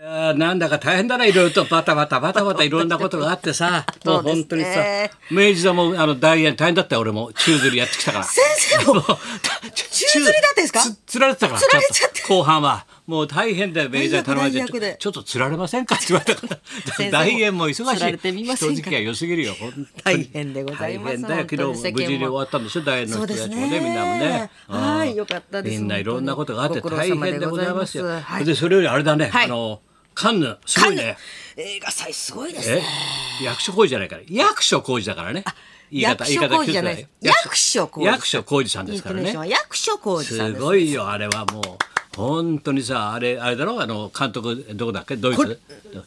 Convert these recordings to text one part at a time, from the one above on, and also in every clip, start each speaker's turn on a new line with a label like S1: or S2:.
S1: やなんだか大変だないろいろとバタバタバタバタいろんなことがあってさもう本当にさ
S2: そうです
S1: 明治座もあの大変大変だったよ俺も宙吊りやってきたから
S2: 先生 も
S1: う
S2: 宙吊りだったんですか
S1: つつられてたから
S2: つられちゃって
S1: ょと後半はもう大変だよ明治座に頼まれ
S2: 大役大役
S1: て
S2: で
S1: ちょっとつられませんかって言われた から
S2: 生も
S1: 大変も忙
S2: つられてみ
S1: しい
S2: ません
S1: 人付
S2: か
S1: き合い良すぎるよ本当に
S2: 大変でございま
S1: 大
S2: す
S1: 変だよ
S2: 本
S1: 昨
S2: 当に
S1: 日も無事に終わったんでしょ大変
S2: そ
S1: の
S2: う
S1: 人
S2: で
S1: た
S2: す
S1: ち
S2: ね
S1: もねみんなもねうん
S2: はいよかったです
S1: みんないろんなことがあって
S2: 本当に
S1: 大変でございますよ
S2: ご苦労様でございますはい
S1: でそれよりあれだね
S2: はい
S1: あのカンヌす
S2: カ
S1: ご
S2: ン
S1: い
S2: ヌ
S1: ね
S2: 映画祭すごいです
S1: え
S2: ね
S1: 役所工事じゃないから役所工事だからね言い方
S2: 役所工事じゃないです
S1: 言い方
S2: 役所工事
S1: 役所工事さん
S2: イ
S1: で
S2: ン
S1: すか
S2: ト
S1: ら
S2: ネー
S1: ね
S2: ションは役所工事さん
S1: す
S2: です
S1: ごいよあれはもう本当にさあれあれだろあの監督どこだっけドイ
S2: こ
S1: ツ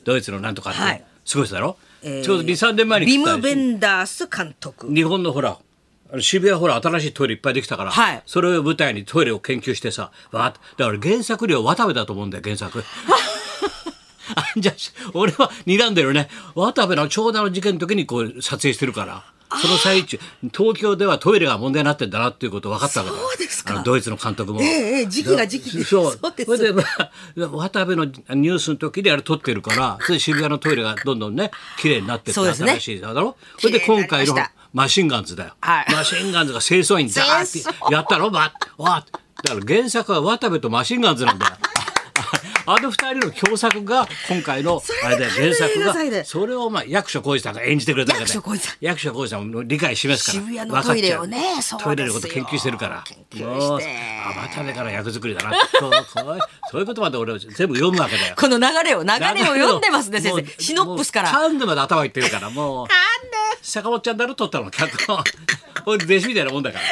S1: ドイツのなんとかって、
S2: はい
S1: すごい人だろ、
S2: えー
S1: ちょうど23年前に
S2: ビ
S1: 来た
S2: ム・
S1: でしょ
S2: ベンダース監督
S1: 日本のほらあの渋谷ほら新しいトイレいっぱいできたから、
S2: はい
S1: それを舞台にトイレを研究してさわーっだから原作料渡部だと思うんだよ原 作。あじゃあ俺は睨んでるね渡部の長男の事件の時にこう撮影してるからその最中東京ではトイレが問題になってんだなっていうこと分かったわけだ
S2: そうですか
S1: あのドイツの監督も。
S2: ええええ時期が時期で
S1: そう
S2: そうです
S1: それで、まあ、渡部のニュースの時であれ撮ってるからそれで渋谷のトイレがどんどんね綺麗になってって
S2: そうですね
S1: 新しいだろそれで
S2: 綺麗に
S1: 今
S2: な
S1: 回
S2: りました
S1: のマシンガンズだよ、
S2: はい
S1: マシンガンズが清掃員だー
S2: 清
S1: ってやったろばわっだから原作は渡部とマシンガンズなん だよあの二人の共作が今回のあれで
S2: それ
S1: 原
S2: で
S1: 作
S2: 映画祭
S1: が
S2: で
S1: それをまあ役所広司さんが演じてくれたわけで
S2: 役所広司さん
S1: 役所広司さんも理解示すから
S2: 渋谷のトイレをね
S1: 分かっちゃう
S2: そうですよ
S1: トイレのこと研究してるから
S2: 研究して
S1: もうあ渡部から役作りだなそうこうそういうことまで俺は全部読むわけだよ
S2: この流れを流れを読んでますね
S1: も
S2: 先
S1: う
S2: 生シノップスから
S1: もうカンヌまで頭いってるからもう坂本ちゃんだろ撮ったの脚本俺弟子みたいなもんだから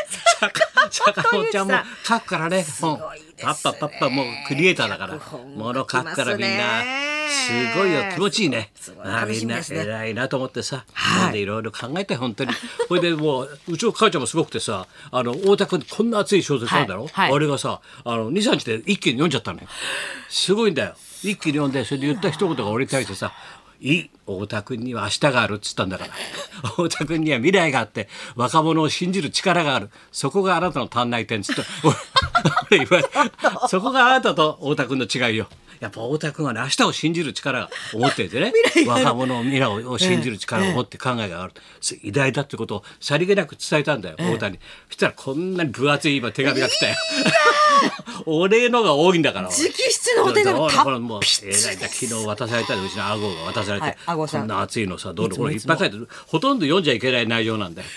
S1: 坂坂本ちゃんも書くからね本
S2: ごいですね
S1: パッパパッパもうクリエイターだから
S2: 脚本
S1: もの書くからみんな
S2: 書きますね
S1: すごいよ気持ちいいね
S2: すごい
S1: ああ
S2: 楽
S1: み
S2: し
S1: ん
S2: み
S1: な
S2: ですね
S1: 偉いなと思ってさ
S2: はい
S1: なんでいろいろ考えて本当にそれでもううちの母ちゃんもすごくてさあの太田君こんな熱い小説なんだろ
S2: はいはい
S1: 俺がさあの23日で一気に読んじゃったのよすごいんだよ一気に読んでそれで言った一言が俺に対してさ「いい太田君には明日がある」っつったんだから 太田君には未来があって若者を信じる力があるそこがあなたの足んない点っつって 俺俺言われたそこがあなたと太田君の違いよやっぱ太田君はね明日を信じる力が思っていてね若者を 未来を信じる力を持って考えがある、偉大だってことをさりげなく伝えたんだよ、太田にそしたらこんなに分厚い今手紙が来たよ俺のが多いんだから俺
S2: 直筆のお手紙
S1: だからもう
S2: 達筆です
S1: えらいんだ昨日渡されたでうちの顎が渡されて、
S2: はい顎さん
S1: こんな熱いのさどうのこれい
S2: い
S1: っ
S2: つも
S1: ぱ
S2: い
S1: い書いてるほとんど読んじゃいけない内容なんだよ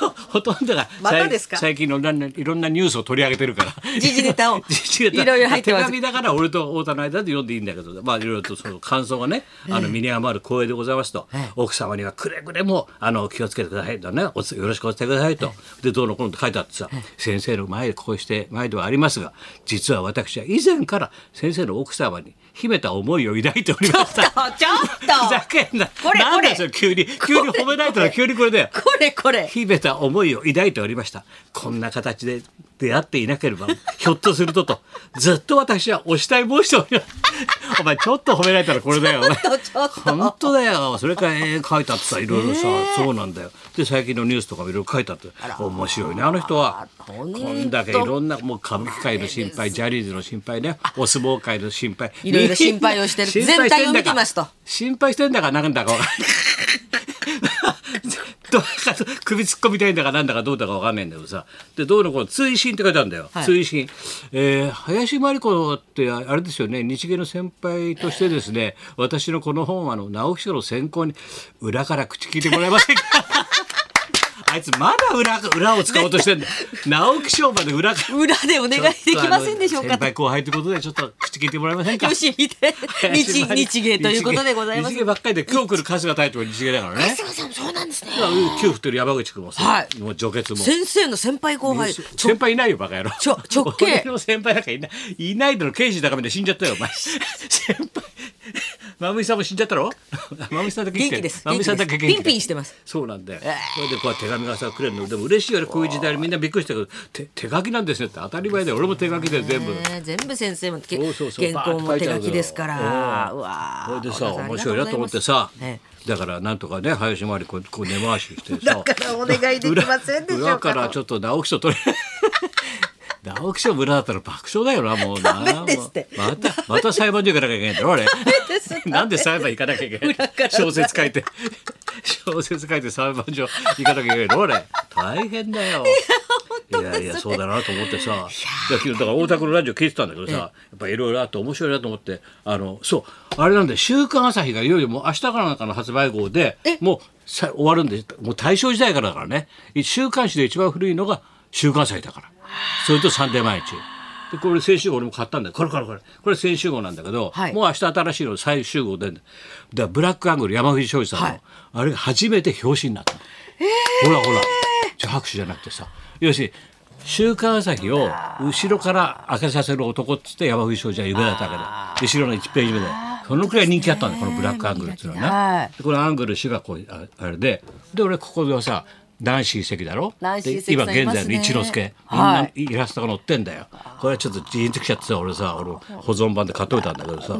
S1: ほとんどが
S2: またですか
S1: 最近のいろんないろんなニュースを取り上げてるから
S2: 時事ネタを
S1: 時事ネタ
S2: いろいろ入ってます
S1: 手紙だから俺と太田の間で読んでいいんだけどまあいろいろとその感想がねあの身に余る光栄でございますと、奥様にはくれぐれもあの気をつけてくださいとねおつよろしくお伝えくださいと、でどうのこうのって書いてあってさ、先生の前でこうして前ではありますが実は私は以前から先生の奥様に秘めた思いを抱いておりまし。
S2: ちょったとちょ
S1: ふざ
S2: っ
S1: けんな。
S2: これ
S1: なんだ
S2: これ
S1: よそれ急に急に褒められたら急にこれだよ。
S2: とこれこれ
S1: 秘めた思いを抱いておりましたこんな形で出会っていなければひょっとするととずっと私はお慕い申しておりますお前ちょっと褒められたらこれだよお前
S2: ちょっとちょっと
S1: 本当だよそれから絵描いたってさいろいろさ、そうなんだよで最近のニュースとかもいろいろ書いたって面白いねあの人はこ
S2: 本当
S1: んだけいろんなもう歌舞伎界の心配ジャニーズの心配ねお相撲界の心配
S2: いろいろ心配をしてる全体を見てますと
S1: 心配してんだかなんだかわかんない どうか首突っ込みたいんだかなんだかどうだかわかんないんだけどさでどうのこうの追伸って書いてあるんだよ、
S2: はい
S1: 追伸、えー林真理子ってあれですよね日芸の先輩としてですね私のこの本はあの直木賞の選考に裏から口聞いてもらえませ んかあいつまだ裏裏を使おうとしてんだ直木賞まで裏から
S2: 裏でお願いできませんでしょう
S1: ちょっとあの先
S2: か
S1: 輩後輩ということでちょっと口聞いてもらえませんか
S2: よし見て 日
S1: 林真理子
S2: 日芸ということでございます
S1: 日芸ばっかりで今日来る春日大長日芸だからね
S2: 春日さんそうなんですね
S1: 給付という山口君もさ、
S2: はい
S1: もう除血も。
S2: 先生の先輩後輩ちょ
S1: 先輩いないよバカ野郎
S2: ちょ直系
S1: 俺の先輩なんかいないいないだろ刑事高めで死んじゃったよお 前先輩まみさんも死んじゃったろ まみさんだけ生きて
S2: 元気
S1: る
S2: です
S1: まみさんだけ元気
S2: ピンピンしてます
S1: そうなんだよそれでこう手紙がさくれるのでも嬉しいよねこういう時代にみんなびっくりしたけど手手書きなんですねって当たり前で俺も手書きで全部。
S2: ね全部先生もけ
S1: そうそうそう
S2: 原稿も手書きですからう
S1: そ
S2: わ
S1: れで
S2: ー
S1: さ
S2: 小
S1: 面
S2: 田
S1: 白いなと思って
S2: あ
S1: さ、
S2: りがとうございますえ
S1: だからなんとかね林真理子こう根回ししてさ
S2: だからお願いできませんでし
S1: 裏
S2: ょうかと
S1: 裏からちょっと直木賞取れ 直木賞村だったら爆笑だよな、もうな。
S2: ダメですって
S1: もうまた、また裁判所行かなきゃいけないんだろ、あれ。なんで裁判行かなきゃいけない小説書いて、小説書いて裁判所行かなきゃいけないんだろ、あれ。大変だよ。いやいや、そうだなと思ってさ。いや昨日、だから大田区のラジオ聞いてたんだけどさ、やっぱいろいろあって面白いなと思って、あの、そう、あれなんで、週刊朝日がいよいよもう明日からなんかの発売号で、もうさ終わるんで、もう大正時代からだからね。週刊誌で一番古いのが週刊祭だから。それとサンデー毎日。で、これ先週号俺も買ったんだよ。これこれこれ。これ先週号なんだけど、
S2: はい
S1: もう明日新しいの最終号で、だからブラックアングル山藤昌司さんの、
S2: はい
S1: あれが初めて表紙になったの。ほらほら。じゃあ拍手じゃなくてさ。要するに、週刊朝日を後ろから開けさせる男っつって山藤昌司は夢だったわけど、後ろの1ページ目で。そのくらい人気あったんだよ、このブラックアングルっていうのはね。
S2: はい
S1: でこのアングル氏がこうああれでで俺ここではさナンシー関だろ
S2: ナンシー
S1: で
S2: 関
S1: 今
S2: さんい
S1: 現
S2: ますね
S1: 在の一之輔みん
S2: は
S1: なイラストが載ってんだよ、これはちょっとジーンときちゃってさ俺さ俺保存版で買っといたんだけどさ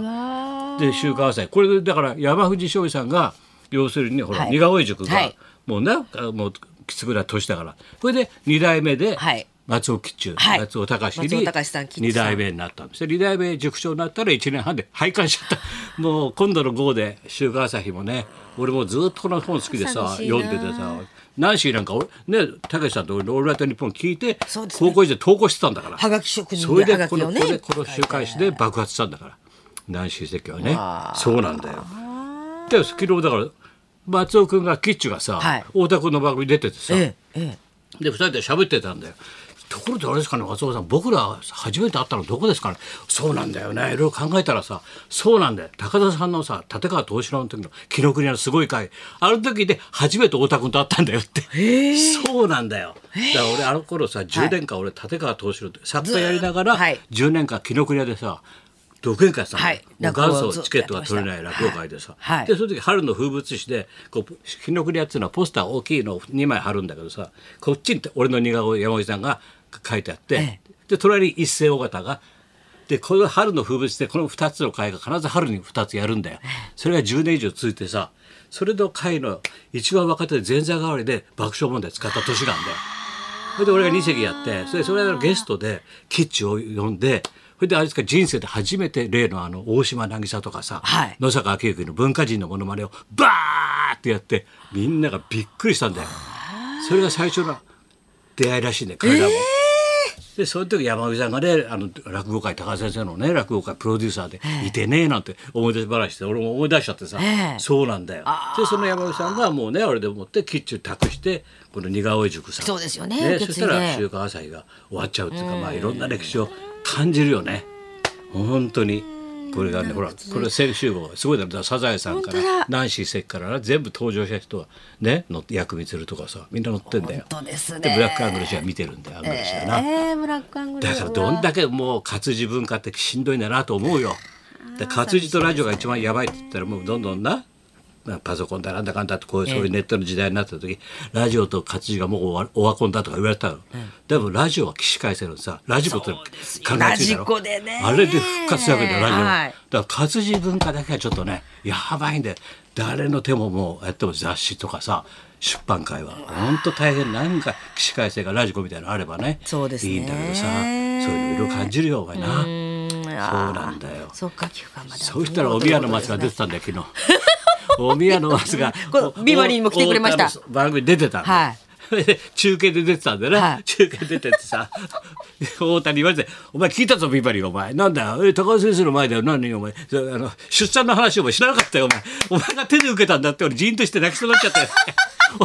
S1: で週刊朝日これでだから山藤翔司さんが要するにねほら、
S2: はい
S1: 似顔絵塾が、
S2: はい
S1: もうねあもうきつくな年だからこれで2代目で
S2: はい
S1: 松尾吉中、
S2: はい
S1: 松尾隆
S2: 松尾隆さん吉
S1: に
S2: 中
S1: 2代目代目になったんです2代目塾長になったら1年半で廃刊しちゃった もう今度の号で「週刊朝日」もね俺もずっとこの本好きでさ
S2: 寂しいな
S1: 読んでてさナンシーなんか俺ねたけしさんと俺の「オールナイトニッポン」聞いて、
S2: そうですね
S1: 高校時代投稿してたんだから
S2: はがき職人で
S1: それ
S2: は
S1: で
S2: がき
S1: こ
S2: を
S1: の,、
S2: ね
S1: これこの週刊誌で爆発したんだからナンシー関はねそうなんだよで昨日だから松尾君がキッチュがさ、
S2: はい
S1: 太田君の番組出ててさ、
S2: えええ
S1: で二人で喋ってたんだよ。ところであれですかね松尾さん僕ら初めて会ったのどこですかねそうなんだよねいろいろ考えたらさそうなんだよ高田さんのさ立川東四郎の時の紀ノ国屋のすごい会あの時で初めて太田君と会ったんだよってそうなんだよだから俺あの頃さ10年間俺立川東四郎って作家やりながら
S2: ずーっと
S1: 10年間紀ノ国屋でさ独演会したんだよ、
S2: はい
S1: もう元祖チケットが取れない落語会でさ、
S2: はいはい
S1: でその時春の風物詩でこう日の暮れやつのはポスター大きいのを2枚貼るんだけどさこっちに俺の似顔絵山口さんが書いてあって、
S2: え
S1: で隣に一世尾形が。でこの春の風物詩でこの2つの会が必ず春に2つやるんだよそれが10年以上続いてさそれの会の一番若手で前座代わりで爆笑問題使った年なんだよ。それで俺が二席やってそれでそれのゲストでキッチを呼んでそれであれですか人生で初めて例のあの大島渚とかさ、
S2: はい
S1: 野坂昭之の文化人のモノマネをバーってやってみんながびっくりしたんだよ。それが最初の出会いらしいね彼らも。でその時山口さんがねあの落語界高橋先生のね落語界プロデューサーでいてねえなんて思い出話で俺も思い出しちゃってさ、
S2: ええ
S1: そうなんだよでその山口さんがもうね俺でもってキッチュ託してこの似顔絵塾さん
S2: そうですよね
S1: そ
S2: 受け継
S1: し
S2: い
S1: た
S2: で
S1: ら週刊朝日が終わっちゃうっていうか、まあいろんな歴史を感じるよね本当にこれがねほらこれ先週号すごいだろだからサザエさんか
S2: 本当
S1: ら
S2: だ
S1: ナンシー関からな全部登場した人はねの薬味るとかさみんな乗ってんだよ
S2: 本当ですね
S1: ブラックアングル氏は見てるんだよアングル氏はな、
S2: ええブラックアングル
S1: だからどんだけもう活字文化ってしんどいんだなと思うよ。で活字とラジオが一番やばいって言ったらもうどんどんな。まあパソコンだなんだかんだってこういうそういうネットの時代になった時、ラジオと活字がもうオワオワコンだとか言われたの、でもラジオは起死回生のさラジコって考えついたの
S2: ラジコでね
S1: あれで復活するわけだよラジオ、
S2: はい
S1: だから活字文化だけはちょっとねやばいんで誰の手ももうやっても雑誌とかさ出版界は本当大変なんか起死回生がラジコみたいなのあればね
S2: そうですね
S1: いいんだけどさそういろいろ感じるよお前な
S2: うんそう
S1: そうなんだよ
S2: そっか休館まで
S1: そうしたらお宮の松が出てたんだよ昨日お宮の松が
S2: このビバリーにも来てくれました
S1: おお番組出てたんだよ
S2: はい
S1: それで中継で出てたんだよね、
S2: はい
S1: 中継出てってさ大谷言われて「お前聞いたぞビバリーお前なんだよえ高橋先生の前だよ何お前そうあの出産の話お前知らなかったよお前お前が手で受けたんだって俺ジーンとして泣きそうになっちゃったよ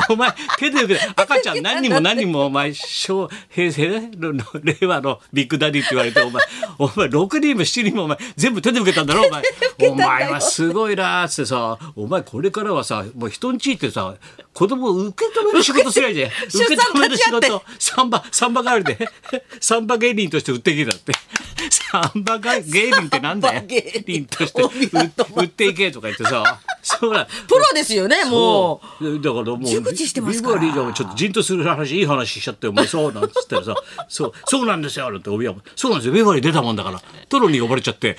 S1: お前手で受けた赤ちゃん何人も何人もお前昭平成のの令和のビッグダディって言われてお前お前6人も7人もお前全部手で受けたんだろお前お前はすごいなーっつってさお前これからはさもう人んち行ってさ子供を受け止める仕事すりゃいいじゃん受け止める仕事サンバサンバ代わりでサンバ芸人として売ってきたってサンバが芸人ってなんだ
S2: サ
S1: よ
S2: ンバ芸
S1: 人
S2: 人
S1: として売売っていけとか言ってさそうだ
S2: プロですよねもう
S1: うだからもう
S2: 熟知してますから
S1: ビバリーがちょっとじんとする話いい話しちゃってお前そうなんつったらさそうそうなんですよなんておびやもそうなんですよビバリー出たもんだからトロに呼ばれちゃって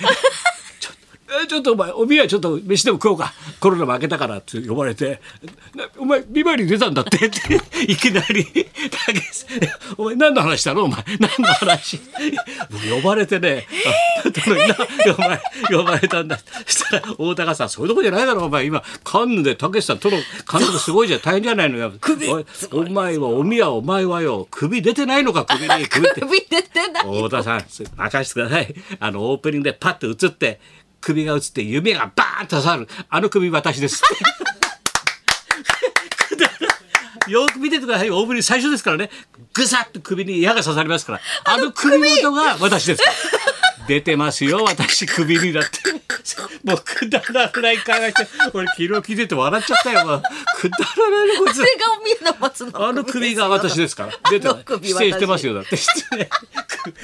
S1: ちょっとえちょっとお前おみやちょっと飯でも食おうかコロナ負けたから」って呼ばれて「なお前ビバリー出たんだって」って いきなりたけし「お前何の話したのお前何の話」呼ばれてね「あちょっとな呼ばれ呼ばれたんだ」そしたら大高さん「そういうとこじゃないだろお前今カンヌでたけしさんとの監督すごいじゃん大変じゃないのよ」
S2: 首
S1: おいお前はおみやお前はよ首出てないのか首に首って
S2: 首出てない。
S1: 太田さんす任せてくださいあのオープニングでパッと映って首が映って夢がバーンと刺さるあの首私です よく見ててくださいオープニング最初ですからねぐさっと首に矢が刺さりますからあの首元が私ですから出てますよ私首にだってもうくだらない会話して俺昨日聞いてて笑っちゃったよもうくだらないのこい
S2: そ
S1: つ
S2: れがおみやの松の。
S1: あの首が私ですから。出て
S2: あ
S1: な
S2: の
S1: い。
S2: 首
S1: 否定してます
S2: よ。
S1: よ、だって。 失礼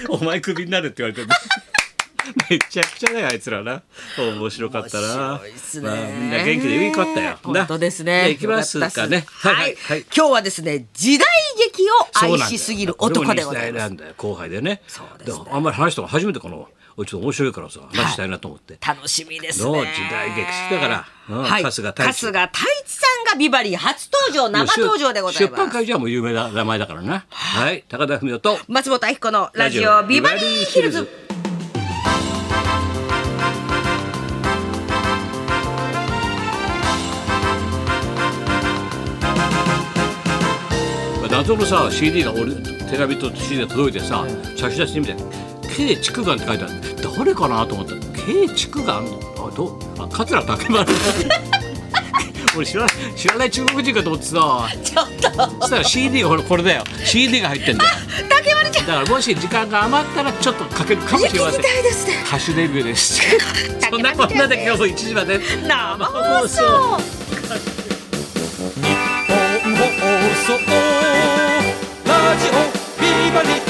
S1: お前首になるって言われてる。 めちゃくちゃだよ、あいつらな。面白かったな。
S2: 面白いっすね
S1: まあみんな元気でよかったよ。
S2: 本当です
S1: なじゃあ
S2: ね。
S1: 行きますかね。
S2: はい、はいはい。今日はですね、時代劇を
S1: そうな
S2: 愛
S1: んだよ
S2: しすぎる男でござい
S1: 俺も西大
S2: ま
S1: な
S2: す。
S1: んだよ、後輩でね。
S2: そうですね
S1: だからあんまり話したの初めてかな。俺ちょっと面白いからさ、話したいなと思って。
S2: 楽しみです
S1: の
S2: ね。
S1: 時代劇好きだからうん
S2: は
S1: 春
S2: い。
S1: 日太一
S2: 春日太一さんがビバリー初登場、生登場でござい
S1: 出版
S2: ます。
S1: 会じゃもう有名な名前だからな。はい、高田文夫と。
S2: 松本明子のラジオビバリーヒルズ。
S1: 謎のさ CD が俺手紙と CD が届いてさ差し出してみて「K 竹眼」って書いてある誰かなと思ったら「K 竹眼」あどあ桂竹丸 俺知らない知らない中国人かと思ってさ
S2: ちょっと、
S1: そしたら CD がほらこれだよ CD が入ってんだよ
S2: 竹丸ちゃん。
S1: だからもし時間が余ったらちょっとかけるかも
S2: 聞
S1: しれま
S2: き
S1: せん
S2: たいですね。
S1: 歌手デビューです そんなこんなで今日も1時まで
S2: 生放送。
S3: 日本放送ラジオビバリー